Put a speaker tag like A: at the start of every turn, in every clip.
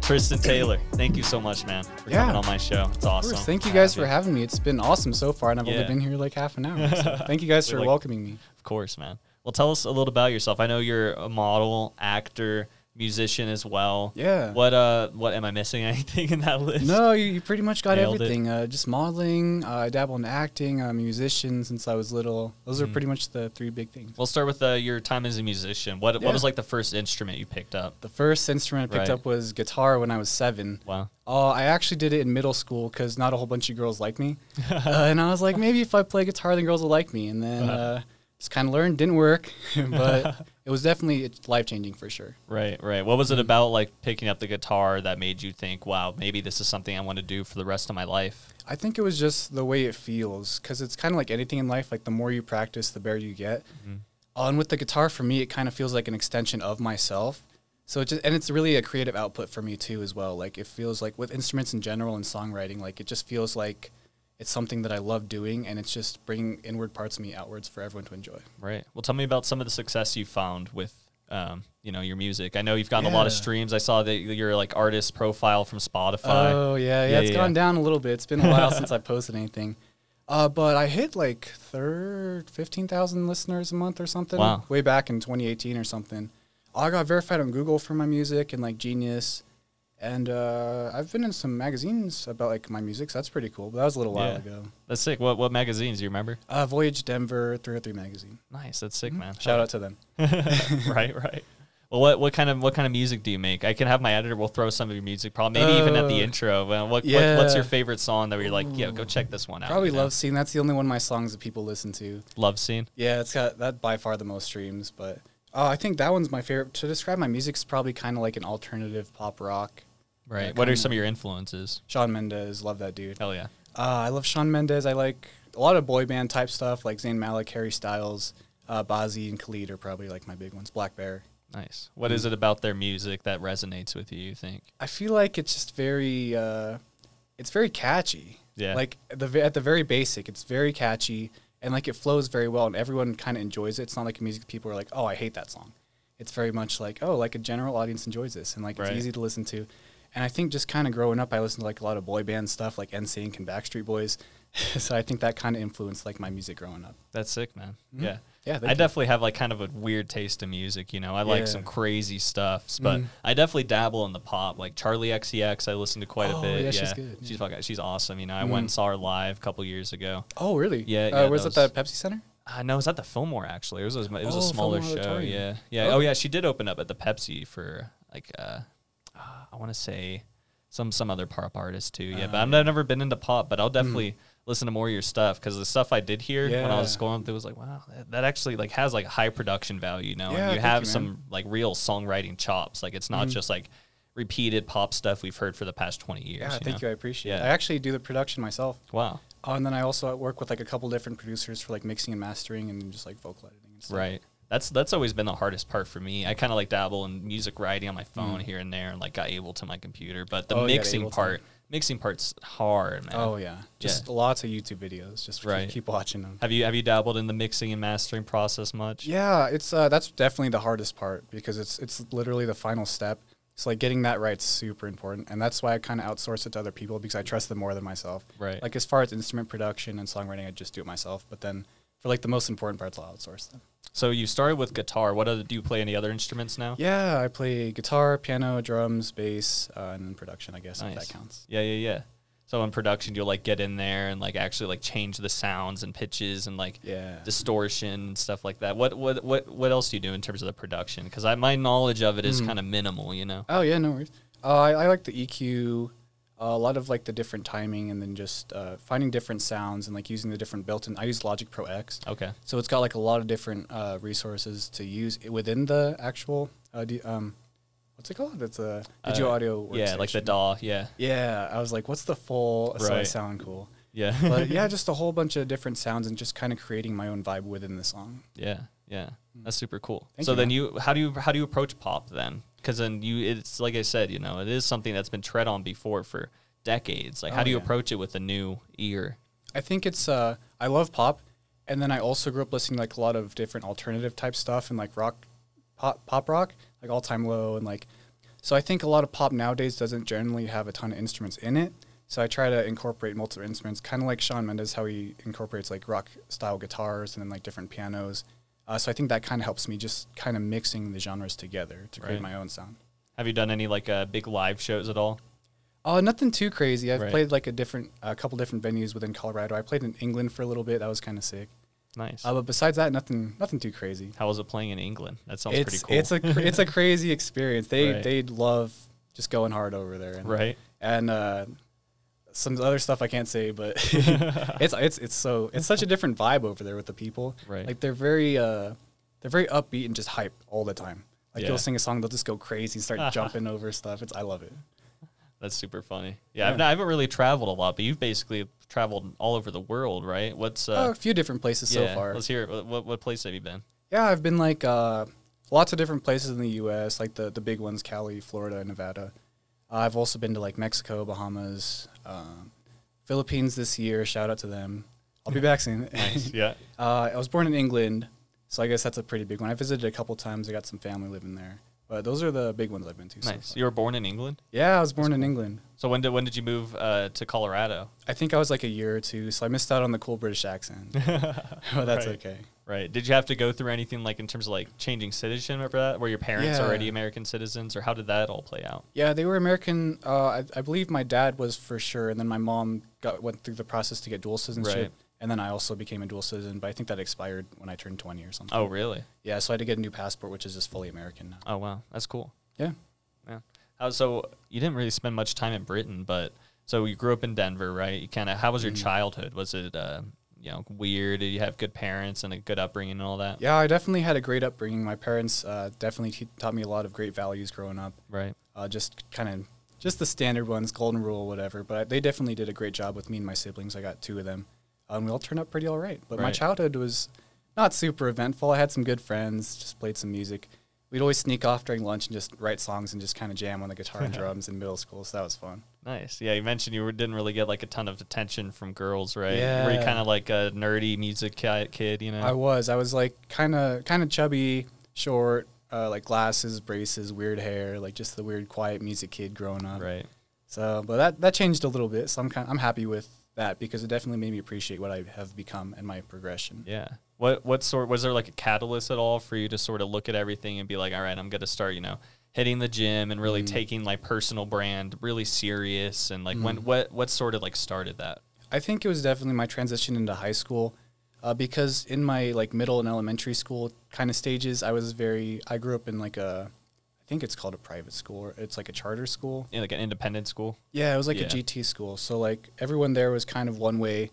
A: Tristan Taylor, thank you so much, man, for
B: Yeah.
A: coming on my show. It's
B: Of
A: awesome.
B: course. Thank you
A: to
B: guys
A: have
B: for having me. It's been awesome so far, and I've
A: Yeah.
B: only been here like half an hour. So thank you guys
A: We
B: for
A: like-
B: welcoming me.
A: Of course, man. Well, tell us a little about yourself. I know you're a model, actor, musician as well.
B: Yeah.
A: What uh what am I missing anything in that list?
B: No, you, you pretty much got
A: Nailed it.
B: everything. Uh, just modeling. Uh, I dabble in acting. I'm a musician since I was little. Those
A: Mm.
B: are pretty much the three big things.
A: We'll start with uh, your time as a musician. What what
B: Yeah.
A: was like the first instrument you picked up?
B: The first instrument I picked
A: Right.
B: up was guitar when I was seven.
A: Wow.
B: Uh, I actually did it in middle school because not a whole bunch of girls like me. uh, and I was like, maybe if I play guitar, then girls will like me. And then
A: Uh-huh.
B: uh, just kind of learned. Didn't work, but it was definitely life changing for sure.
A: Right, right. What was it about like picking up the guitar that made you think, "Wow, maybe this is something I want to do for the rest of my life?"
B: I think it was just the way it feels because it's kind of like anything in life. Like the more you practice, the better you get. Uh, and with the guitar, for me, it kind of feels like an extension of myself. So it just and it's really a creative output for me too as well. Like it feels like with instruments in general and songwriting, like it just feels like it's something that I love doing, and it's just bringing inward parts of me outwards for everyone to enjoy.
A: Right. Well, tell me about some of the success you found with um, you know, your music. I know you've gotten a lot of
B: Yeah.
A: streams. I saw that your like artist profile from Spotify.
B: Oh yeah, yeah.
A: Yeah,
B: It's
A: yeah,
B: gone
A: yeah.
B: down a little bit. It's been a while since I posted anything. Uh, but I hit like third, fifteen thousand listeners a month or something.
A: Wow.
B: Way back in 2018 or something. I got verified on Google for my music and like Genius, and uh, I've been in some magazines about like my music. So that's pretty cool. But that was a little while
A: Yeah.
B: ago.
A: That's sick. What what magazines do you remember?
B: Uh, Voyage Denver 303 magazine.
A: Nice. That's sick, man.
B: Shout out to them.
A: right, right. Well, what, what kind of what kind of music do you make? I can have my editor. We'll throw some of your music, probably maybe even at the
B: Oh,
A: intro. Well, what,
B: yeah.
A: what what's your favorite song that we're like, yeah, go check this one out.
B: Probably
A: you know?
B: Love Scene. That's the only one of my songs that people listen to.
A: love scene.
B: Yeah, it's got that by far the most streams, but uh, I think that one's my favorite. To describe my music is probably kind of like an alternative pop rock.
A: Right.
B: Yeah,
A: what are
B: kinda.
A: some of your influences?
B: Sean Mendes, love that dude. Uh,
A: Hell yeah.
B: I love Sean Mendes. I like a lot of boy band type stuff like Zayn Malik, Harry Styles, uh, Bazzi, and Khalid are probably like my big ones. Black Bear.
A: Nice. What
B: Mm.
A: is it about their music that resonates with you? You think?
B: I feel like it's just very, uh, it's very catchy.
A: Yeah.
B: Like at the ve- at the very basic, it's very catchy and like it flows very well, and everyone kind of enjoys it. It's not like music people are like, oh, I hate that song. It's very much like, oh, like a general audience enjoys this, and like
A: Right.
B: it's easy to listen to. And I think just kind of growing up, I listened to like a lot of boy band stuff, like NSYNC and Backstreet Boys. so I think that kind of influenced like my music growing up.
A: That's sick, man. Yeah.
B: Yeah,
A: I
B: thank you.
A: definitely have like kind of a weird taste in music, you know. I like
B: Yeah.
A: some crazy stuff, but I definitely dabble in the pop. Like Charlie XCX, I listen to quite a
B: Oh,
A: bit.
B: yeah, she's good,
A: She's fucking, she's awesome, you know. I went and saw her live a couple years ago.
B: Oh, really?
A: Yeah,
B: Uh,
A: yeah,
B: where's
A: those-
B: that? The Pepsi Center?
A: Uh, no, it was at the Fillmore actually. It was a, it was
B: Oh,
A: a smaller
B: Fillmore
A: show.
B: Auditorium.
A: Yeah, yeah. Oh yeah, she did open up at the Pepsi for like uh, uh, I want to say some some other pop artist too. Yeah, but I'm, I've never been into pop, but
B: Hmm.
A: I'll definitely listen to more of your stuff because the stuff I did hear when I was
B: Yeah.
A: scrolling through was like, wow, that, that actually like has like high production value. You know,
B: Yeah,
A: and you
B: thank
A: have
B: you, man. Hmm.
A: some like real songwriting chops. Like it's not just like repeated pop stuff we've heard for the past 20 years.
B: Yeah,
A: you
B: Ah, thank
A: know?
B: you. I appreciate it.
A: Yeah.
B: I actually do the production myself.
A: Wow.
B: Oh, and then I also work with like a couple different producers for like mixing and mastering and just like vocal editing and stuff.
A: Right. That's that's always been the hardest part for me. I kind of like dabble in music writing on my phone here and there, and like got Ableton my computer. But the
B: Mm. Oh, yeah,
A: mixing
B: Ableton.
A: part, mixing part's hard, man.
B: Oh yeah, just lots of YouTube videos. Just keep-
A: Right.
B: keep, watching them.
A: Have you have you dabbled in the mixing and mastering process much?
B: Yeah, it's uh, that's definitely the hardest part because it's it's literally the final step. So like getting that right's super important, and that's why I kind of outsource it to other people because I trust them more than myself.
A: Right.
B: Like as far as instrument production and songwriting, I just do it myself. But then for like the most important parts, I'll outsource them.
A: So you started with guitar. What other do you play any other instruments now?
B: Yeah, I play guitar, piano, drums, bass, uh, and then production. I guess if
A: Nice.
B: that counts.
A: Yeah, yeah, yeah. So in production, you'll like get in there and like actually like change the sounds and pitches and like
B: Yeah.
A: distortion and stuff like that. What what what what else do you do in terms of the production? Because I my knowledge of it
B: Mm.
A: is kind of minimal, you know.
B: Oh yeah, no worries. Uh, I, I like the EQ, uh, a lot of like the different timing, and then just uh, finding different sounds and like using the different built-in. I use Logic Pro X,
A: Okay.
B: so it's got like a lot of different uh, resources to use i- within the actual. Uh, d- um, what's it called? It's a digital
A: Uh,
B: audio.
A: Yeah, like the
B: workstation.
A: DAW. Yeah,
B: Yeah, I was like, what's the full? So I
A: Right.
B: sound cool.
A: yeah,
B: But yeah, just a whole bunch of different sounds and just kind of creating my own vibe within the song.
A: yeah, yeah. That's super cool.
B: Hmm. Thank
A: so
B: you,
A: then
B: man.
A: you, how do you how do you approach pop then? Because then you, it's like I said, you know, it is something that's been tread on before for decades. Like, how
B: Oh,
A: do you
B: yeah.
A: approach it with a new ear?
B: I think it's uh, I love pop, and then I also grew up listening to, like a lot of different alternative type stuff and like rock, pop, pop rock, like All Time Low and like So I think a lot of pop nowadays doesn't generally have a ton of instruments in it. So I try to incorporate multiple instruments, kind of like Sean Mendes, how he incorporates like rock style guitars and then like different pianos. Uh, so I think that kind of helps me just kind of mixing the genres together to create
A: Right.
B: my own sound.
A: Have you done any like uh, big live shows at all?
B: Uh, nothing too crazy. I've
A: Right.
B: played like a different, a couple different venues within Colorado. I played in England for a little bit. That was kind of sick.
A: Nice.
B: Uh, but besides that, nothing, nothing too crazy.
A: How was it playing in England? That sounds
B: it's
A: pretty cool.
B: it's a cra- it's a crazy experience. They
A: Right.
B: they love just going hard over there. And,
A: right.
B: And uh, some other stuff I can't say, but it's it's it's so it's such a different vibe over there with the people.
A: Right.
B: Like they're very uh, they're very upbeat and just hype all the time. Like
A: Yeah.
B: you'll sing a song, they'll just go crazy and start jumping over stuff. It's I love it.
A: That's super funny. Yeah, I've not, I haven't really traveled a lot, but you've basically traveled all over the world, right? What's uh,
B: oh, a few different places
A: yeah,
B: so far.
A: Let's hear it. What, what, what place have you been?
B: Yeah, I've been like uh, lots of different places in the U.S., like the the big ones: Cali, Florida, and Nevada. Uh, I've also been to like Mexico, Bahamas, um, Philippines this year. Shout out to them. I'll be back soon.
A: Yeah.
B: uh, I was born in England, so I guess that's a pretty big one. I visited a couple times. I got some family living there, but those are the big ones I've been to. so
A: Nice.
B: far.
A: You were born in England.
B: yeah, I was born in England.
A: So when did when did you move uh, to Colorado?
B: I think I was like a year or two, so I missed out on the cool British accent. but that's
A: Right.
B: okay.
A: Right. Did you have to go through anything like in terms of like changing citizenship? Or that? Were your parents
B: Yeah.
A: already American citizens, or how did that all play out?
B: Yeah, they were American. Uh, I, I believe my dad was for sure, and then my mom got went through the process to get dual citizenship,
A: Right.
B: and then I also became a dual citizen. But I think that expired when I turned twenty or something.
A: Oh, really?
B: Yeah, so I had to get a new passport, which is just fully American now.
A: Oh, wow. That's cool.
B: Yeah,
A: Yeah. How, so you didn't really spend much time in Britain, but so you grew up in Denver, right? You kind of how was your childhood? Was it uh, you know weird? Did you have good parents and a good upbringing and all that?
B: yeah, I definitely had a great upbringing. My parents uh, definitely te- taught me a lot of great values growing up.
A: Right.
B: Uh, just kind of just the standard ones, golden rule, whatever. But I, they definitely did a great job with me and my siblings. I got two of them, um, we all turned out pretty all right. But my
A: Right.
B: childhood was not super eventful. I had some good friends, just played some music. We'd always sneak off during lunch and just write songs and just kind of jam on the guitar and drums in middle school. So that was fun.
A: Nice. Yeah, you mentioned you were- didn't really get like a ton of attention from girls, right? Were you
B: Yeah.
A: kind of like a nerdy music ki- kid, you know?
B: I was, I was like kind of kind of chubby, short, uh, like glasses, braces, weird hair, like just the weird quiet music kid growing up.
A: right.
B: So, but that that changed a little bit. So I'm kind I'm happy with that because it definitely made me appreciate what I have become and my progression.
A: Yeah. What what sort was there like a catalyst at all for you to sort of look at everything and be like, all right, I'm gonna start, you know, hitting the gym and
B: Mm.
A: really taking my personal brand really serious and like
B: Mm.
A: when what what sort of like started that?
B: I think it was definitely my transition into high school uh, because in my like middle and elementary school kind of stages, I was very I grew up in like a I think it's called a private school. Or it's like a charter school.
A: In like an independent school.
B: Yeah, it was like
A: Yeah.
B: a GT school. So like everyone there was kind of one way.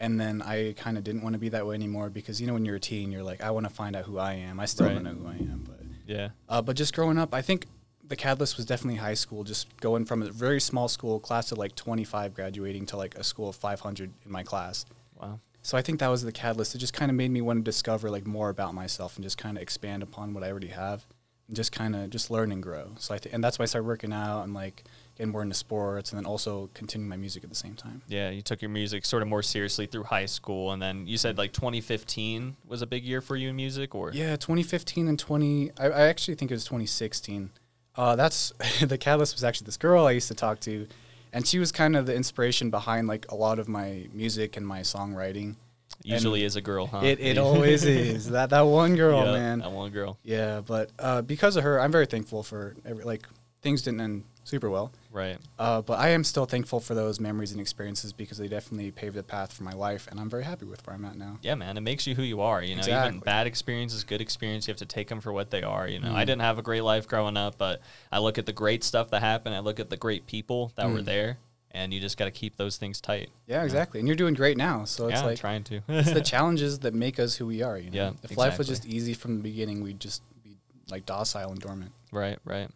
B: And then I kind of didn't want to be that way anymore because you know when you're a teen, you're like, I want to find out who I am. I still
A: Right.
B: don't know who I am, but
A: Yeah.
B: Uh, but just growing up, I think the catalyst was definitely high school. Just going from a very small school class of like 25 graduating to like a school of 500 in my class.
A: Wow.
B: So I think that was the catalyst. It just kind of made me want to discover like more about myself and just kind of expand upon what I already have and just kind of just learn and grow. So I th- and that's why I started working out and like getting more into sports and then also continuing my music at the same time.
A: Yeah, you took your music sort of more seriously through high school and then you said like twenty fifteen was a big year for you in music or
B: Yeah, 2015 and 20. I, I actually think it was 2016. Uh, that's the catalyst was actually this girl I used to talk to, and she was kind of the inspiration behind like a lot of my music and my songwriting.
A: usually is a girl, huh?
B: It it always is that that one girl,
A: Yeah,
B: man.
A: That one girl.
B: Yeah, but uh, because of her, I'm very thankful for every, like things didn't end super well.
A: Right.
B: Uh, but I am still thankful for those memories and experiences because they definitely paved the path for my life, and I'm very happy with where I'm at now.
A: yeah, man, it makes you who you are. You know, even
B: Exactly.
A: bad experiences, good experience, you have to take them for what they are. You know,
B: Mm-hmm.
A: I didn't have a great life growing up, but I look at the great stuff that happened. I look at the great people that
B: Mm.
A: were there, and you just got to keep those things tight.
B: Yeah, exactly. And you're doing great now, so it's
A: yeah,
B: like
A: trying to.
B: it's the challenges that make us who we are. You know,
A: Yeah,
B: if life was
A: exactly.
B: just easy from the beginning, we'd just be like docile and dormant.
A: right, right.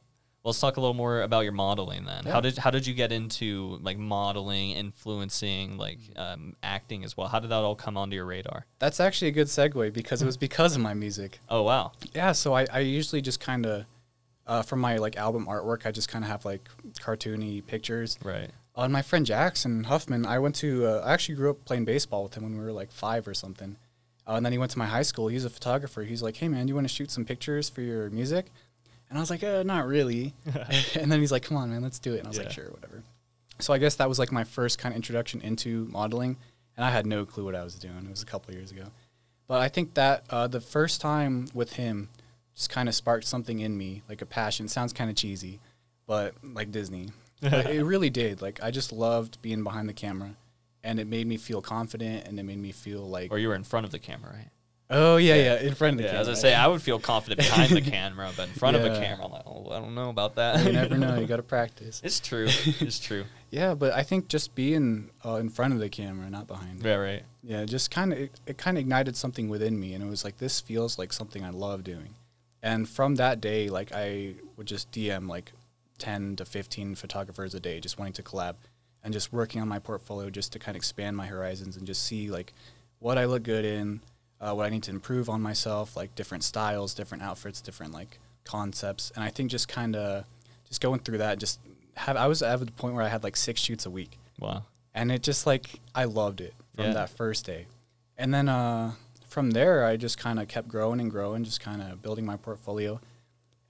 A: Well, let's talk a little more about your modeling then. How
B: Yeah.
A: did how did you get into like modeling, influencing, like
B: Mm.
A: um, acting as well? How did that all come onto your radar?
B: That's actually a good segue because it was because of my music.
A: Oh wow,
B: Yeah, so I, I usually just kind of, uh, from my like album artwork, I just kind of have like cartoony pictures.
A: right.
B: On my friend Jackson Huffman, I went to, uh, I actually grew up playing baseball with him when we were like five or something. Uh, and then he went to my high school. He's a photographer. He's like, hey man, you want to shoot some pictures for your music? And I was like, uh, not really. and then he's like, come on, man, let's do it. And I was
A: Yeah.
B: like, sure, whatever. So I guess that was like my first kind of introduction into modeling. And I had no clue what I was doing. It was a couple years ago. But I think that uh, the first time with him just kind of sparked something in me, like a passion. Sounds kind of cheesy, but like Disney. But it really did. Like, I just loved being behind the camera. And it made me feel confident and it made me feel like,
A: Or you were in front of the camera, right?
B: oh, yeah, yeah, in front of the
A: Yeah,
B: camera.
A: as I say, I would feel confident behind the camera, but in front of a
B: Yeah.
A: camera, I'm like, oh, I don't know about that.
B: you never know. You got to practice.
A: It's true. It's true.
B: Yeah, but I think just being uh, in front of the camera, not behind. it.
A: Yeah, right.
B: Yeah, just kind of it, it kind of ignited something within me, and it was like this feels like something I love doing. And from that day, like I would just DM like ten to fifteen photographers a day, just wanting to collab, and just working on my portfolio, just to kind of expand my horizons and just see like what I look good in, uh, what I need to improve on myself, like different styles, different outfits, different like concepts. And I think just kind of just going through that, just have I was at the point where I had like six shoots a week
A: Wow.
B: and it just like I loved it from
A: Yeah.
B: that first day. And then uh, from there, I just kind of kept growing and growing, just kind of building my portfolio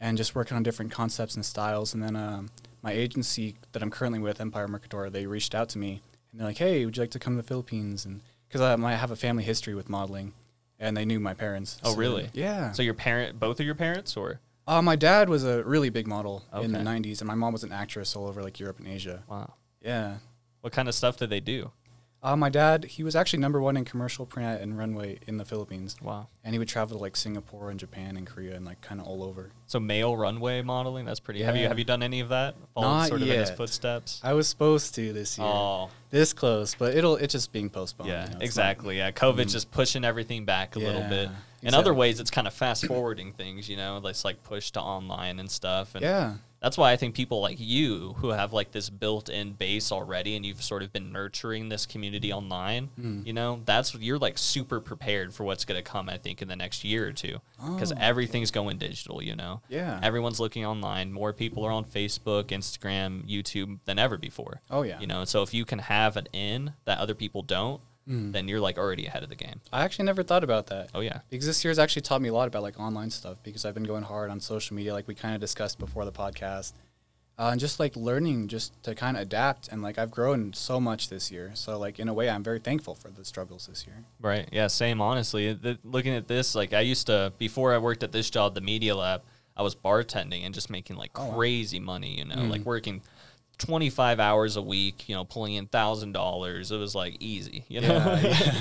B: and just working on different concepts and styles. And then um, my agency that I'm currently with, Empire Mercador, they reached out to me and they're like, "Hey, would you like to come to the Philippines?" And because I might have a family history with modeling, and they knew my parents.
A: Oh,
B: So-
A: really?
B: Yeah.
A: So your parent, both of your parents, or
B: uh, my dad was a really big model in the
A: Okay.
B: '90s, and my mom was an actress all over like Europe and Asia.
A: wow,
B: Yeah.
A: what kind of stuff did they do?
B: Uh, my dad, he was actually number one in commercial print and runway in the Philippines,
A: Wow.
B: and he would travel to like Singapore and Japan and Korea and like kind of all over.
A: So male runway modeling. That's pretty. Have you
B: Yeah.
A: have you done any of that? Followed
B: Not
A: sort of in his
B: yet.
A: footsteps.
B: I was supposed to this year,
A: Oh,
B: this close, but it'll it's just being postponed.
A: yeah,
B: you know, it's
A: exactly. Yeah, COVID's just pushing everything back a little bit.
B: Mm. Yeah,
A: In other
B: exactly.
A: ways, it's kind of fast forwarding things. You know, it's like push to online and stuff. And
B: not- yeah,
A: That's why I think people like you who have like this built-in base already and you've sort of been nurturing this community online,
B: Mm.
A: you know, that's you're like super prepared for what's going to come I think in the next year or two cuz everything's going digital, you know.
B: Oh. Yeah.
A: Everyone's looking online. More people are on Facebook, Instagram, YouTube than ever before.
B: Oh, yeah.
A: You know, so if you can have an in that other people don't,
B: Mm.
A: then you're like already ahead of the game.
B: I actually never thought about that.
A: Oh yeah.
B: Because this year's actually taught me a lot about like online stuff because I've been going hard on social media, like we kind of discussed before the podcast, uh, and just like learning just to kind of adapt. And like I've grown so much this year, so like in a way, I'm very thankful for the struggles this year.
A: Right. Yeah. Same. Honestly, Th looking at this, like I used to before I worked at this job, the media lab, I was bartending and just making like crazy money. You know, like working twenty five hours a week. You know, pulling in thousand dollars. It was like easy. You know.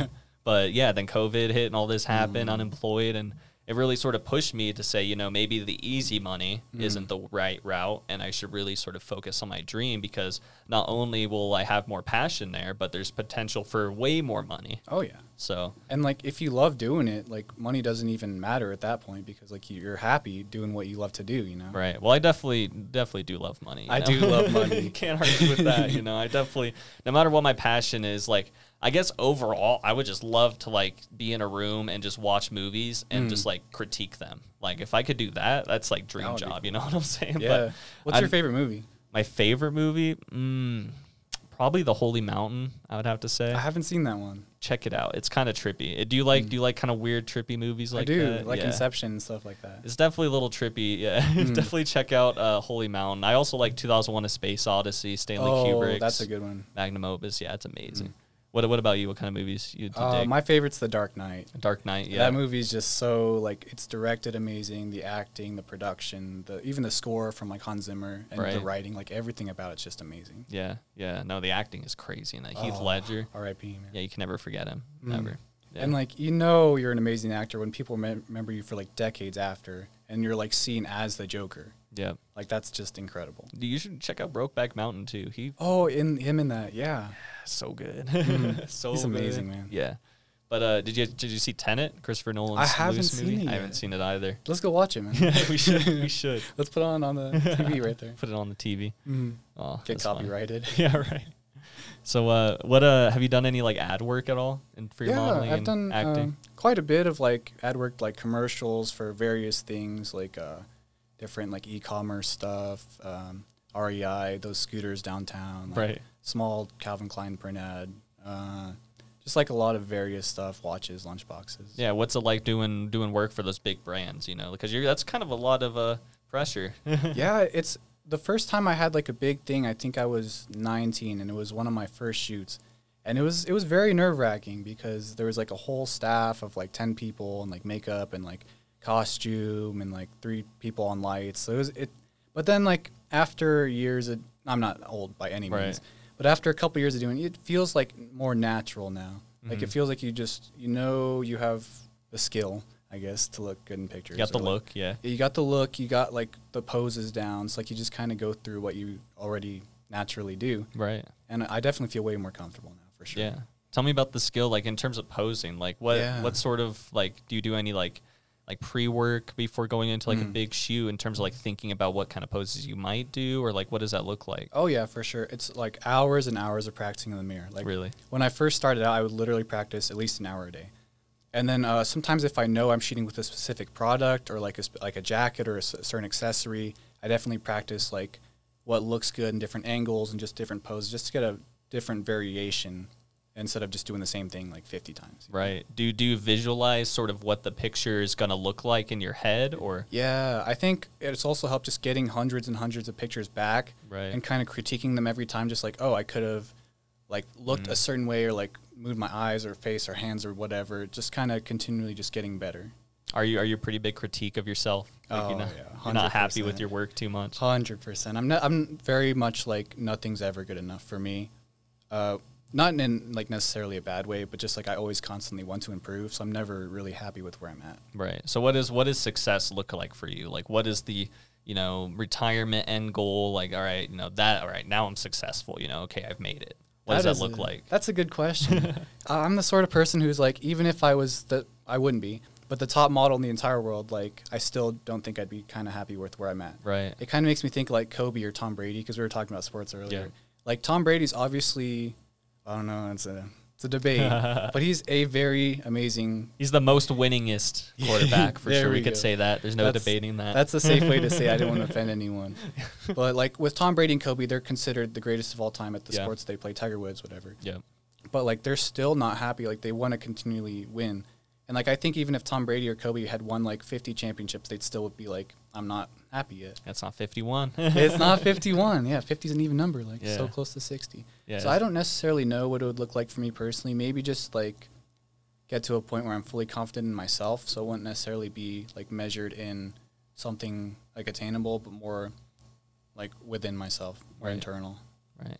A: but yeah, then COVID hit and all this happened, unemployed, and it really sort of pushed me to say, you know, maybe the easy money isn't the right route, and I should really sort of focus on my dream because not only will I have more passion there, but there's potential for way more money.
B: Oh yeah.
A: So
B: And like, if you love doing it, like money doesn't even matter at that point because like you- you're happy doing what you love to do, you know.
A: Right. Well, I definitely definitely do love money. you
B: I
A: know?
B: do love money.
A: Can't argue with that. You know, I definitely, no matter what my passion is, like I guess overall, I would just love to like be in a room and just watch movies and just like critique them. Like if I could do that, that's like dream
B: Hmm. would be
A: job. You know what I'm saying?
B: Yeah.
A: But
B: What's
A: I'm-
B: your favorite movie?
A: my favorite movie? Mm, probably The Holy Mountain. I would have to say.
B: I haven't seen that one.
A: Check it out. It's kind of trippy. Uh, Do you like do you like kind of weird trippy movies like
B: I do,
A: that?
B: like
A: Yeah.
B: Inception and stuff like that.
A: It's definitely a little trippy. Yeah,
B: Hmm.
A: definitely check out uh, Holy Mountain. I also like 2001: A Space Odyssey, Stanley
B: oh,
A: Kubrick's
B: that's a good one. Hmm.
A: magnum opus. Yeah, it's amazing. What What about you? What kind of movies you, you
B: Uh,
A: dig?
B: my favorite's The Dark Knight.
A: Dark Knight. Yeah,
B: That movie's just so like it's directed amazing, the acting, the production, the even the score from like Hans Zimmer and the
A: Right.
B: writing, like everything about it's just amazing.
A: yeah, yeah. No, the acting is crazy. And that Heath
B: Oh,
A: Ledger.
B: R.I.P. Man.
A: Yeah, you can never forget him. Never. Yeah.
B: And like you know, you're an amazing actor when people remem- remember you for like decades after, and you're like seen as the Joker.
A: yeah.
B: Like that's just incredible.
A: You should check out Brokeback Mountain too. He
B: Oh, in him in that, yeah.
A: so good. so
B: Hmm.
A: good.
B: He's amazing, man.
A: Yeah. But uh, did you did you see Tenet? Christopher Nolan's
B: haven't
A: Lucas
B: seen
A: movie.
B: it
A: I
B: yet.
A: haven't seen it either.
B: Let's go watch it, man.
A: we should we should
B: Let's put on on the TV right there.
A: put it on the TV.
B: Mm.
A: Oh,
B: Get
A: that's funny.
B: copyrighted.
A: yeah, right. So, uh, what uh, have you done any like ad work at all in for your modeling
B: I've
A: and
B: done
A: acting?
B: um, quite a bit of like ad work, like commercials for various things, like uh, different like e-commerce stuff, um, REI, those scooters downtown, like,
A: Right.
B: Small Calvin Klein print ad, uh, just like a lot of various stuff, watches, lunch boxes.
A: yeah, what's it like doing doing work for those big brands? You know, because you're that's kind of a lot of uh, pressure.
B: yeah, it's the first time I had like a big thing. I think I was 19, and it was one of my first shoots, and it was it was very nerve wracking because there was like a whole staff of like 10 people and like makeup and like costume and like three people on lights. So it was it, but then like after years, of, I'm not old by any means,
A: Right.
B: but after a couple years of doing it, it feels like more natural now. Like
A: Mm-hmm.
B: it feels like you just you know you have the skill, I guess, to look good in pictures.
A: you got the
B: or, like,
A: look, yeah.
B: yeah, you got the look, you got like the poses down. So like you just kind of go through what you already naturally do.
A: Right.
B: And I definitely feel way more comfortable now for sure.
A: Yeah. Tell me about the skill, like in terms of posing. Like what
B: Yeah.
A: what sort of like do you do any like like pre work before going into
B: Mm.
A: like a big shoe in terms of like thinking about what kind of poses you might do or like what does that look like?
B: Oh yeah, for sure. It's like hours and hours of practicing in the mirror. Like
A: Really?
B: when I first started out, I would literally practice at least an hour a day. And then uh, sometimes if I know I'm shooting with a specific product or like a, sp- like a jacket or a s- certain accessory, I definitely practice like what looks good in different angles and just different poses just to get a different variation instead of just doing the same thing like 50 times.
A: Right. Do do you visualize sort of what the picture is gonna look like in your head or
B: Yeah, I think it's also helped just getting hundreds and hundreds of pictures back
A: Right.
B: and kind of critiquing them every time. Just like, oh, I could have like looked a certain way or like moved my eyes or face or hands or whatever. Just kind of continually just getting better.
A: are you are you a pretty big critique of yourself? Like
B: Oh,
A: you're not,
B: yeah,
A: you're not happy
B: 100%.
A: with your work too much.
B: Hundred percent. I'm not. I'm very much like nothing's ever good enough for me. Uh, not in like necessarily a bad way, but just like I always constantly want to improve. So I'm never really happy with where I'm at.
A: Right. So what is what does success look like for you? Like what is the you know retirement end goal? Like all right, you know that all right now I'm successful. You know okay I've made it. What does
B: is
A: that look
B: a-
A: like?
B: That's a good question. Uh, I'm the sort of person who's like, even if I was the, I wouldn't be, but the top model in the entire world, like, I still don't think I'd be kind of happy with where I'm at.
A: Right.
B: It kind of makes me think like Kobe or Tom Brady because we were talking about sports earlier.
A: Yeah.
B: Like Tom Brady's obviously, I don't know, it's a it's a debate, but he's a very amazing.
A: He's the most winningest quarterback for
B: There
A: sure. We,
B: we
A: could
B: go.
A: say that. There's no
B: That's-
A: debating that.
B: That's a safe way to say I didn't want to offend anyone. But like with Tom Brady and Kobe, they're considered the greatest of all time at the
A: Yeah.
B: sports they play, Tiger Woods, whatever.
A: yeah.
B: but like they're still not happy. Like they want to continually win. And like I think even if Tom Brady or Kobe had won like 50 championships, they'd still be like, I'm not happy yet.
A: That's not 51.
B: It's not 51. Yeah, 50 is an even number. Like
A: Yeah.
B: so close to 60.
A: Yeah.
B: So I don't necessarily know what it would look like for me personally. Maybe just like get to a point where I'm fully confident in myself, so it wouldn't necessarily be like measured in something like attainable, but more like within myself or
A: Right.
B: internal.
A: right.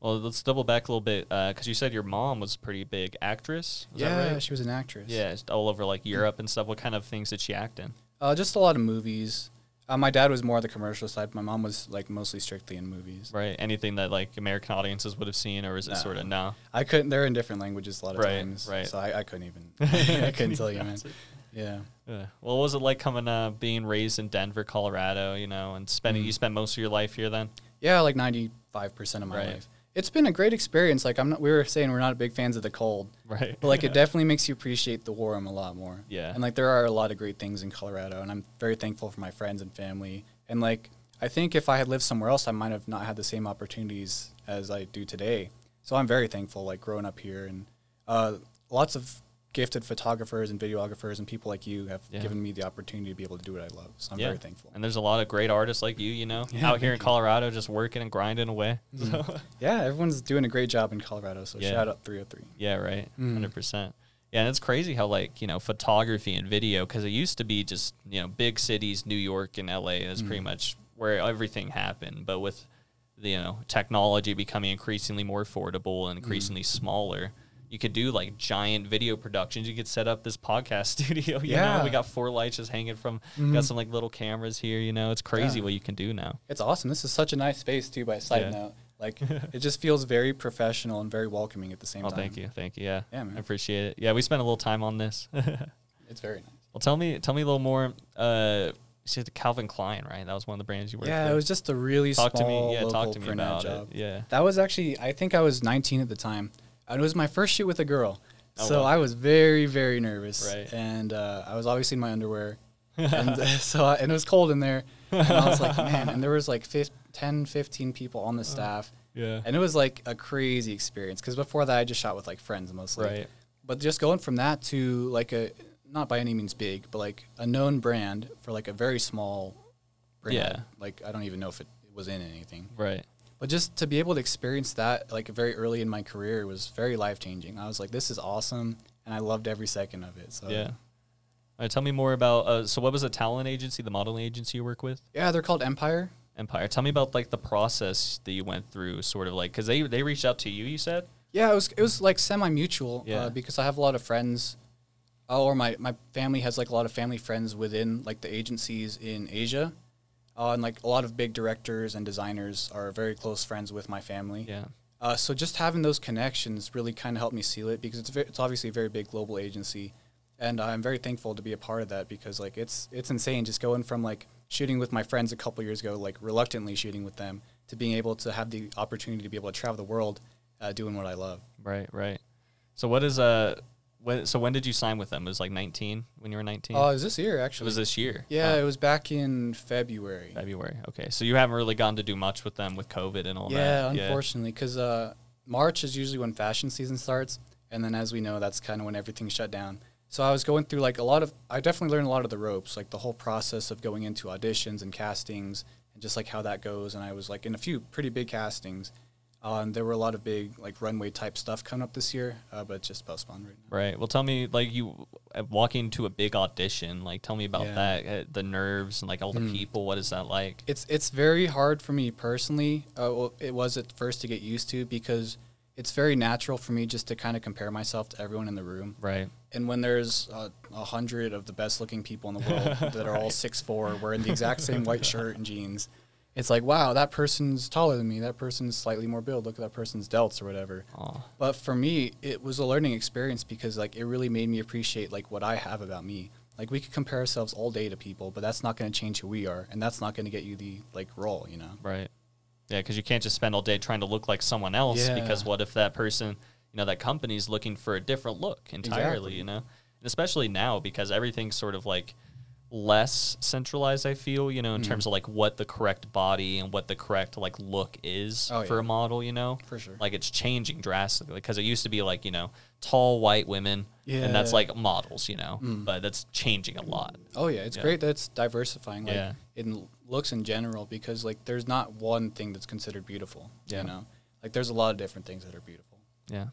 A: Well, let's double back a little bit because you said your mom was a pretty big actress. Is
B: yeah,
A: that right?
B: she was Mm-hmm. an actress.
A: Yeah, it's all over like Europe and stuff. What kind of things did she act in?
B: Uh, just a lot of movies. Uh, my dad was more on the commercial side. My mom was like mostly strictly in movies.
A: Right, anything that like American audiences would have seen, or is it
B: No.
A: sort of no?
B: I couldn't. They're in different languages a lot of
A: Right,
B: times.
A: right.
B: So I, I couldn't even. I couldn't tell you, man.
A: That's it.
B: Yeah.
A: Yeah. Well, what was it like coming, uh, being raised in Denver, Colorado, you know, and
B: Mm-hmm.
A: spending, you spent most of your life here then?
B: Yeah, like ninety five percent of my
A: Right.
B: life. It's been a great experience. Like I'm not. We were saying we're not big fans of the cold,
A: Right.
B: but like it definitely makes you appreciate the warm a lot more.
A: Yeah.
B: And like there are a lot of great things in Colorado, and I'm very thankful for my friends and family. And like I think if I had lived somewhere else, I might have not had the same opportunities as I do today. So I'm very thankful, like growing up here, and uh, lots of gifted photographers and videographers and people like you have
A: Yeah.
B: given me the opportunity to be able to do what I love. So I'm very thankful.
A: And there's a lot of great artists like you, you know, out here in Colorado just working and grinding away. So,
B: Yeah, everyone's doing a great job in Colorado. So
A: Yeah.
B: shout out 303.
A: yeah, right.
B: Mm.
A: 100%. Yeah, and it's crazy how, like, you know, photography and video, because it used to be just, you know, big cities, New York and LA is
B: Mm.
A: pretty much where everything happened. But with, the, you know, technology becoming increasingly more affordable and
B: Mm.
A: increasingly smaller, you could do like giant video productions. You could set up this podcast studio. You know,
B: Yeah. Mm-hmm.
A: we got four lights just hanging from, got some like little cameras here. You know, it's crazy
B: Yeah.
A: what you can do now.
B: It's awesome. This is such a nice space too. By side
A: Yeah.
B: note, like it just feels very professional and very welcoming at the same
A: Oh,
B: time.
A: thank you, thank you. Yeah,
B: Yeah, man.
A: I appreciate it. Yeah, we spent a little time on this. well,
B: It's very nice.
A: tell me, tell me a little more. Uh, you said Calvin Klein, right? That was one of the brands you worked
B: Yeah,
A: with.
B: it was just a really
A: Talk to
B: small
A: me. Yeah,
B: local
A: talk to me
B: printout
A: about
B: job.
A: it. Yeah.
B: That was actually I think I was 19 at the time, and it was my first shoot with a girl.
A: Oh,
B: so
A: wow.
B: I was very very nervous,
A: Right.
B: and uh, I was obviously in my underwear, and uh, so I, and it was cold in there, and I was like, man, and there was like fif- 10, 15 people on the staff.
A: Oh, yeah.
B: And it was like a crazy experience because before that I just shot with like friends mostly.
A: Right.
B: But just going from that to like a not by any means big, but like a known brand for like a very small Brand.
A: Yeah.
B: Like I don't even know if it was in anything.
A: Right.
B: But just to be able to experience that like very early in my career was very life changing. I was like, this is awesome, and I loved every second of it. So
A: Yeah. All right, tell me more about. Uh, so, what was the talent agency, the modeling agency you work with,
B: yeah, they're called Empire.
A: Empire? Tell me about like the process that you went through, sort of like because they they reached out to you. You said,
B: Yeah, it was it was like semi mutual
A: Yeah.
B: uh, because I have a lot of friends, uh, or my my family has like a lot of family friends within like the agencies in Asia, uh, and like a lot of big directors and designers are very close friends with my family.
A: yeah,
B: Uh, so just having those connections really kind of helped me seal it because it's ve- it's obviously a very big global agency, and I'm very thankful to be a part of that because like it's it's insane just going from like shooting with my friends a couple years ago like reluctantly shooting with them to being able to have the opportunity to be able to travel the world uh, doing what I love.
A: right, right. So, what is uh, when so when did you sign with them? It was like nineteen when you were nineteen.
B: Oh, it was this year
A: it
B: actually.
A: was this year.
B: yeah,
A: Wow.
B: it was back in February.
A: February. Okay, so you haven't really gone to do much with them with COVID and all that.
B: Yeah, unfortunately, because uh, March is usually when fashion season starts, and then as we know, that's kind of when everything's shut down. So I was going through like a lot of. I definitely learned a lot of the ropes, like the whole process of going into auditions and castings, and just like how that goes. And I was like in a few pretty big castings. Uh, and there were a lot of big like runway type stuff coming up this year, uh, but it's just postponed right now.
A: Right. Well, tell me, like you uh, walking to a big audition. Like, tell me about
B: Yeah.
A: that. Uh, the nerves and like all the people. What is that like?
B: It's it's very hard for me personally. Uh, well, it was at first to get used to because it's very natural for me just to kind of compare myself to everyone in the room.
A: Right.
B: and when there's uh, a hundred of the best looking people in the world that are all six four wearing the exact same white shirt and jeans it's like wow that person's taller than me that person's slightly more built look at that person's delts or whatever
A: Oh,
B: but for me it was a learning experience because like it really made me appreciate like what i have about me like we could compare ourselves all day to people but that's not going to change who we are and that's not going to get you the like role you know
A: right. Yeah, because you can't just spend all day trying to look like someone else. Because
B: Yeah.
A: what if that person, you know, that company's looking for a different look entirely?
B: Exactly.
A: You know, and especially now because everything's sort of like less centralized. I feel you know in
B: Mm-hmm.
A: terms of like what the correct body and what the correct like look is
B: Oh,
A: for
B: yeah.
A: a model. You know,
B: For sure.
A: Like it's changing drastically because it used to be like you know tall white women, and that's
B: Yeah. Mm.
A: like models. You know, but that's changing a lot.
B: Oh yeah, it's
A: Yeah.
B: great that it's diversifying, like
A: Yeah.
B: in looks in general, because like there's not one thing that's considered beautiful.
A: Yeah.
B: You know, like there's a lot of different things that are beautiful.
A: Yeah.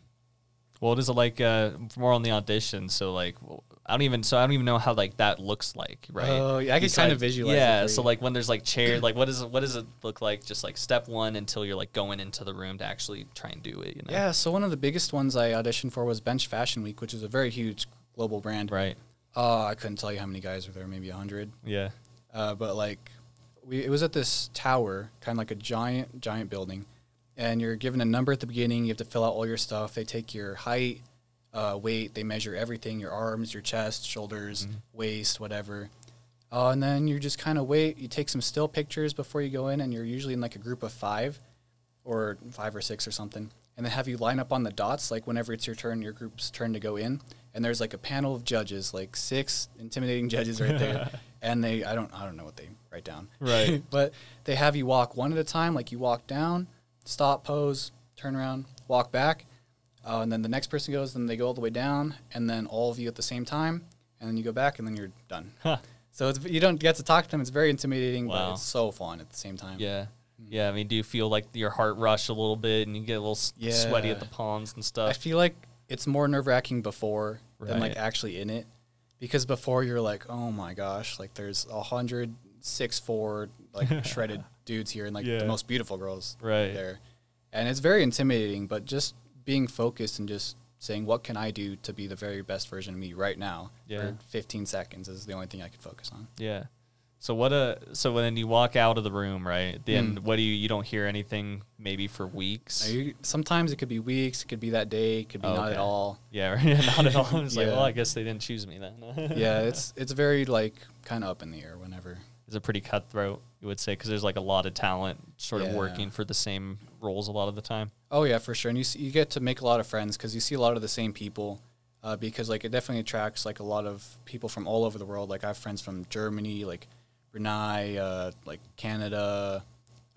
A: Well, it is like uh, more on the audition. So like, w- I don't even so I don't even know how like that looks like, right?
B: Oh, yeah, I can kinda
A: Besides-
B: visualize it
A: Yeah.
B: for
A: So
B: you.
A: like when there's like chair, like what is what does it look like? Just like step one until you're like going into the room to actually try and do it. You know?
B: Yeah. So one of the biggest ones I auditioned for was Bench Fashion Week, which is a very huge global brand.
A: Right.
B: Uh, I couldn't tell you how many guys were there, maybe hundred.
A: Yeah.
B: uh, but like we, it was at this tower, kind of like a giant, giant building, and you're given a number at the beginning. You have to fill out all your stuff. They take your height, uh, weight. They measure everything: your arms, your chest, shoulders, waist, whatever. Uh, and then you just kind of wait. You take some still pictures before you go in, and you're usually in like a group of five, or five or six or something. And they have you line up on the dots, like whenever it's your turn, your group's turn to go in. And there's like a panel of judges, like six intimidating judges right there. and they, I don't, I don't know what they write down.
A: Right.
B: but they have you walk one at a time. Like you walk down, stop, pose, turn around, walk back, uh, and then the next person goes. Then they go all the way down, and then all of you at the same time, and then you go back, and then you're done.
A: Huh.
B: So it's, you don't get to talk to them. It's very intimidating,
A: Wow.
B: but it's so fun at the same time.
A: Yeah. Yeah. I mean, do you feel like your heart rush a little bit and you get a little s sweaty at
B: Yeah.
A: the palms and
B: I
A: stuff?
B: feel like it's more nerve wracking before than
A: Right.
B: like actually in it, because before you're like, oh my gosh, like there's a hundred six four like shredded dudes here and like
A: Yeah.
B: the most beautiful girls
A: Right.
B: there, and it's very intimidating. But just being focused and just saying what can I do to be the very best version of me right now
A: Yeah.
B: for 15 seconds is the only thing I could focus on.
A: yeah. So what a so when you walk out of the room, right?
B: Mm.
A: Then what do you you don't hear anything maybe for weeks?
B: Now, you- Sometimes it could be weeks, it could be that day, it could be
A: Oh,
B: not
A: okay.
B: at all.
A: Yeah, right. Yeah, not at all. I was like,
B: Yeah.
A: well, I guess they didn't choose me then.
B: yeah, it's it's very like kind of up in the air whenever.
A: it's a pretty cutthroat, you would say, because there's like a lot of talent sort of
B: Yeah.
A: working for the same roles a lot of the time.
B: Oh yeah, for sure. And you see, you get to make a lot of friends because you see a lot of the same people. Uh, because like it definitely attracts like a lot of people from all over the world. Like I have friends from Germany, like Brunei, uh, like Canada,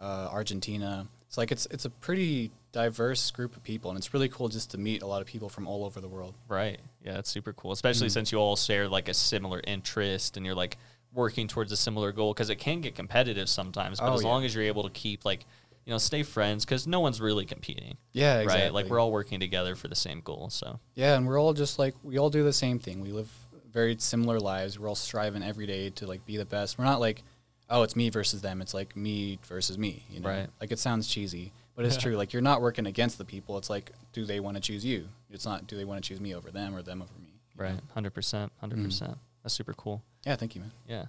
B: uh, Argentina. So like it's it's a pretty diverse group of people, and it's really cool just to meet a lot of people from all over the world. Mm.
A: Right. Yeah, that's super cool, especially since you all share like a similar interest and you're like working towards a similar goal because it can get competitive sometimes. But
B: Oh,
A: as
B: yeah.
A: long as you're able to keep like you know stay friends because no one's really competing,
B: Yeah, exactly.
A: right? Like we're all working together for the same goal. So
B: Yeah, and we're all just like we all do the same thing. We live very similar lives. We're all striving every day to like be the best. We're not like, oh, it's me versus them. It's like me versus me. You know,
A: Right.
B: like it sounds cheesy, but it's true. Like you're not working against the people. It's like, do they want to choose you? It's not, do they want to choose me over them or them over me? you know?
A: right, hundred percent,
B: Mm.
A: hundred percent. That's super cool.
B: Yeah, thank you, man.
A: Yeah.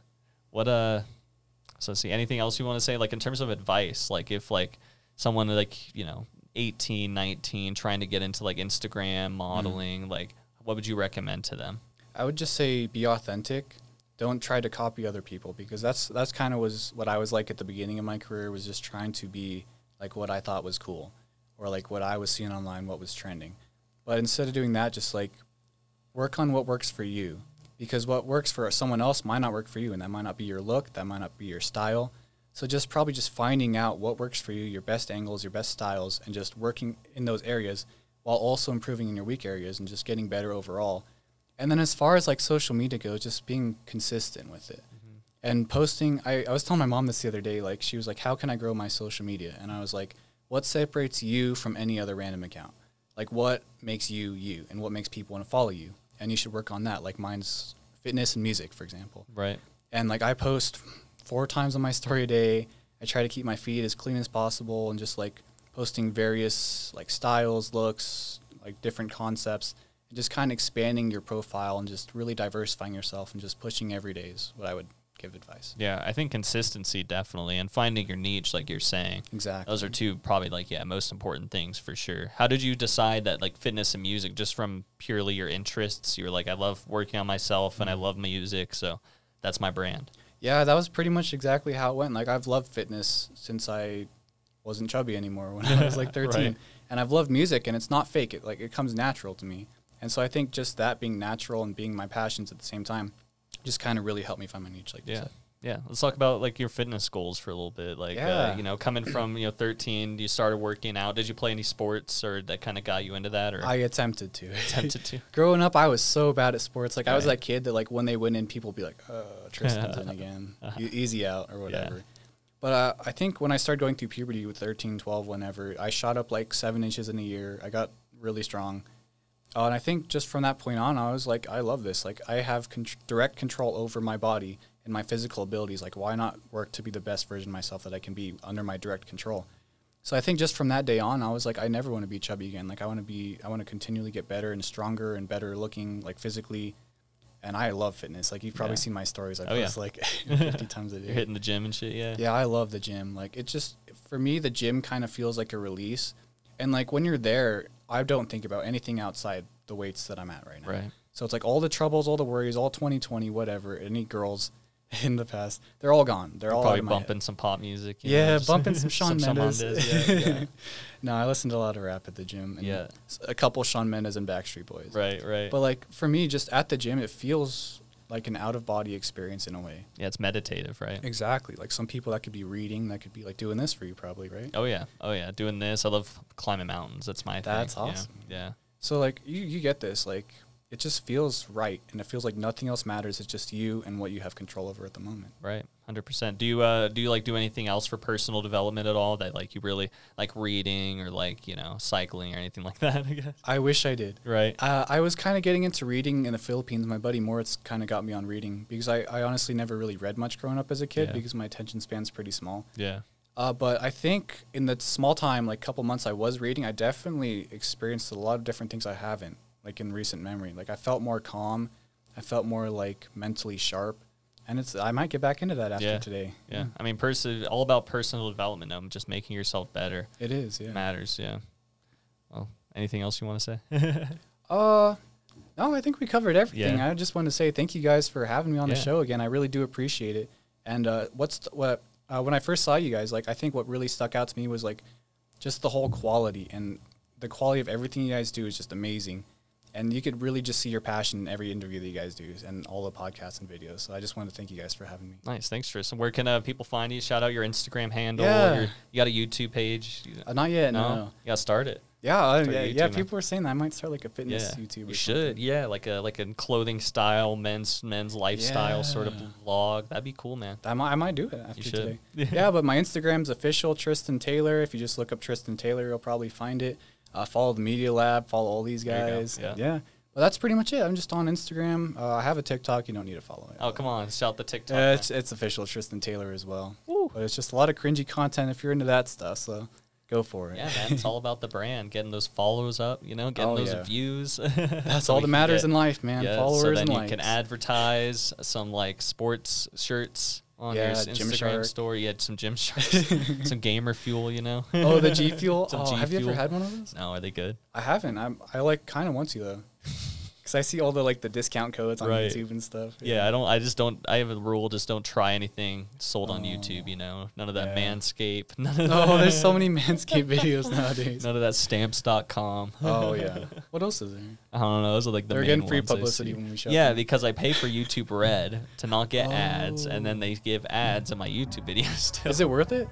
A: What uh so see anything else you want to say like in terms of advice like if like someone like you know 18 19 trying to get into like Instagram modeling like what would you recommend to them?
B: I would just say be authentic. Don't try to copy other people because that's that's kind of was what I was like at the beginning of my career was just trying to be like what I thought was cool or like what I was seeing online, what was trending. But instead of doing that, just like work on what works for you because what works for someone else might not work for you and that might not be your look, that might not be your style. So just probably just finding out what works for you, your best angles, your best styles and just working in those areas while also improving in your weak areas and just getting better overall. And then as far as like social media goes, just being consistent with it. And posting, I, I was telling my mom this the other day, like she was like, How can I grow my social media? And I was like, What separates you from any other random account? Like what makes you you and what makes people want to follow you? And you should work on that. Like mine's fitness and music, for example
A: Right.
B: and like I post four times on my story a day. I try to keep my feed as clean as possible and just like posting various like styles, looks, like different concepts, and just kind of expanding your profile and just really diversifying yourself and just pushing every day is what I would give advice.
A: Yeah, I think consistency definitely and finding your niche like you're saying.
B: Exactly.
A: Those are two probably like yeah, most important things for sure. How did you decide that like fitness and music just from purely your interests? You were like I love working on myself and I love music, so that's my brand.
B: Yeah, that was pretty much exactly how it went. Like I've loved fitness since I wasn't chubby anymore when I was like 13.
A: Right.
B: And I've loved music and it's not fake. It like it comes natural to me. And so I think just that being natural and being my passions at the same time just kind of really helped me find my niche like
A: Yeah.
B: this.
A: Yeah. Let's talk about like your fitness goals for a little bit. Like, uh,
B: Yeah.
A: you know, coming from, you know, 13, you started working out. Did you play any sports or that kind of got you into that or
B: I attempted to.
A: attempted to?
B: Growing up, I was so bad at sports. Like I was
A: Right.
B: that kid that like when they win in, people would be like, "Oh, Tristan's in again, E- easy out or whatever." But uh, I think when I started going through puberty with 13, 12, whenever I shot up like seven inches in a year, I got really strong. Uh, and I think just from that point on, I was like, I love this. Like I have con- direct control over my body and my physical abilities. Like why not work to be the best version of myself that I can be under my direct control? So I think just from that day on, I was like, I never want to be chubby again. Like I want to be, I want to continually get better and stronger and better looking, like physically. And I love fitness. Like you've probably
A: Yeah.
B: seen my stories. I
A: Oh, yeah.
B: post like 50 times a
A: You're
B: day.
A: hitting the gym and shit. Yeah.
B: Yeah, I love the gym. Like it's just for me, the gym kind of feels like a release. And like when you're there, I don't think about anything outside the weights that I'm at right now.
A: Right.
B: So it's like all the troubles, all the worries, all 2020, whatever, any girls in the past, they're all gone. They're all out
A: Probably
B: of my head.
A: bumping some pop music. you know,
B: Yeah,
A: just-
B: bumping some Sean Mendes.
A: Yeah, yeah.
B: no, I listened to a lot of rap at the gym. And
A: Yeah.
B: s- A couple Sean Mendes and Backstreet Boys.
A: right, right.
B: But like for me, just at the gym, it feels like an out of body experience in a way.
A: yeah, it's meditative, right?
B: Exactly. Like some people that could be reading, that could be like doing this for you, probably, right?
A: Oh, yeah. Oh, yeah. Doing this. I love climbing mountains. That's my
B: That's
A: thing. Yeah.
B: awesome.
A: Yeah.
B: So like you, you get this. Like it just feels right, and it feels like nothing else matters. It's just you and what you have control over at the moment.
A: Right, hundred percent. Do you uh do you like do anything else for personal development at all that like you really like reading or like you know cycling or anything like that? I guess.
B: I wish I did.
A: Right.
B: Uh, I was kind of getting into reading in the Philippines. My buddy Moritz kind of got me on reading because I, I honestly never really read much growing up as a kid
A: Yeah.
B: because my attention span's pretty small.
A: Yeah.
B: Uh, but I think in the small time, like couple months I was reading, I definitely experienced a lot of different things I haven't, like in recent memory. Like I felt more calm, I felt more like mentally sharp, and it's I might get back into that after
A: Yeah.
B: today.
A: Yeah. I mean, person all about personal development. I'm just making yourself better
B: it is. Yeah.
A: matters. Yeah. Well, anything else you want to say?
B: Uh, no, I think we covered everything.
A: Yeah.
B: I just want to say thank you guys for having me on the
A: Yeah.
B: show again. I really do appreciate it. And uh, what's th- what uh, when I first saw you guys, like I think what really stuck out to me was like just the whole quality and the quality of everything you guys do is just amazing. And you could really just see your passion in every interview that you guys do and all the podcasts and videos. So I just want to thank you guys for having me.
A: nice. Thanks, Tristan. Where can uh, people find you? Shout out your Instagram handle.
B: Yeah.
A: Your, you got a YouTube page? You-
B: Uh, not yet, no.
A: You got to start it.
B: Yeah, uh,
A: Start
B: yeah,
A: a
B: yeah.
A: YouTuber.
B: People were saying that I might start like a fitness
A: yeah,
B: YouTube.
A: you
B: or
A: should. Yeah, like a like a clothing style, men's men's lifestyle sort of
B: Yeah.
A: vlog. That'd be cool, man.
B: I might, I might do it after
A: should.
B: today.
A: Yeah.
B: Yeah. but my Instagram's official Tristan Taylor. If you just look up Tristan Taylor, you'll probably find it. Uh, follow the Media Lab. Follow all these
A: There you go,
B: guys.
A: yeah.
B: yeah. Well, that's pretty much it. I'm just on Instagram. Uh, I have a TikTok. You don't need to follow it.
A: Oh, come on, shout the TikTok.
B: Uh,
A: man.
B: it's it's official Tristan Taylor as well.
A: Woo.
B: But it's just a lot of cringy content if you're into that stuff. So go for it.
A: yeah, man, it's all about the brand, getting those follows up, you know, getting
B: Oh,
A: those
B: yeah.
A: views.
B: That's all that matters in life, man.
A: Yeah,
B: Followers
A: so then
B: and
A: you
B: likes.
A: can advertise some like sports shirts on your
B: Yeah,
A: s- Instagram
B: Gymshark.
A: story. You had some gym shirts, some gamer fuel, you know.
B: oh, the G Fuel.
A: Some
B: Oh,
A: G
B: have you
A: Fuel.
B: ever had one of those?
A: no, are they good?
B: I haven't. I'm, I like kind of want to though, because I see all the like the discount codes on
A: Right.
B: YouTube and stuff.
A: Yeah, I don't. I just don't. I have a rule: just don't try anything sold on YouTube. You know, none of that
B: Oh. yeah.
A: Manscaped. None of
B: Oh,
A: that,
B: there's so many Manscaped videos nowadays.
A: none of that Stamps.com.
B: Oh yeah. What else is there?
A: I don't know. Those are like the
B: They're
A: main
B: getting free
A: ones I
B: publicity
A: see.
B: when we shop
A: Yeah,
B: there.
A: because I pay for YouTube Red to not get ads, and then
B: Oh.
A: they give ads in my YouTube videos still.
B: Is it worth it?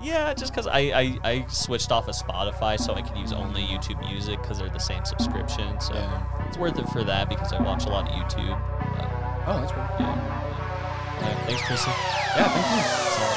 A: Yeah, just because I, I I switched off of Spotify so I could use only YouTube Music because they're the same subscription. So
B: Yeah.
A: it's worth it for that because I watch a lot of YouTube. But,
B: Oh, that's worth it.
A: yeah. Yeah, Thanks, Chrissy.
B: Yeah, thank you.
A: That's all I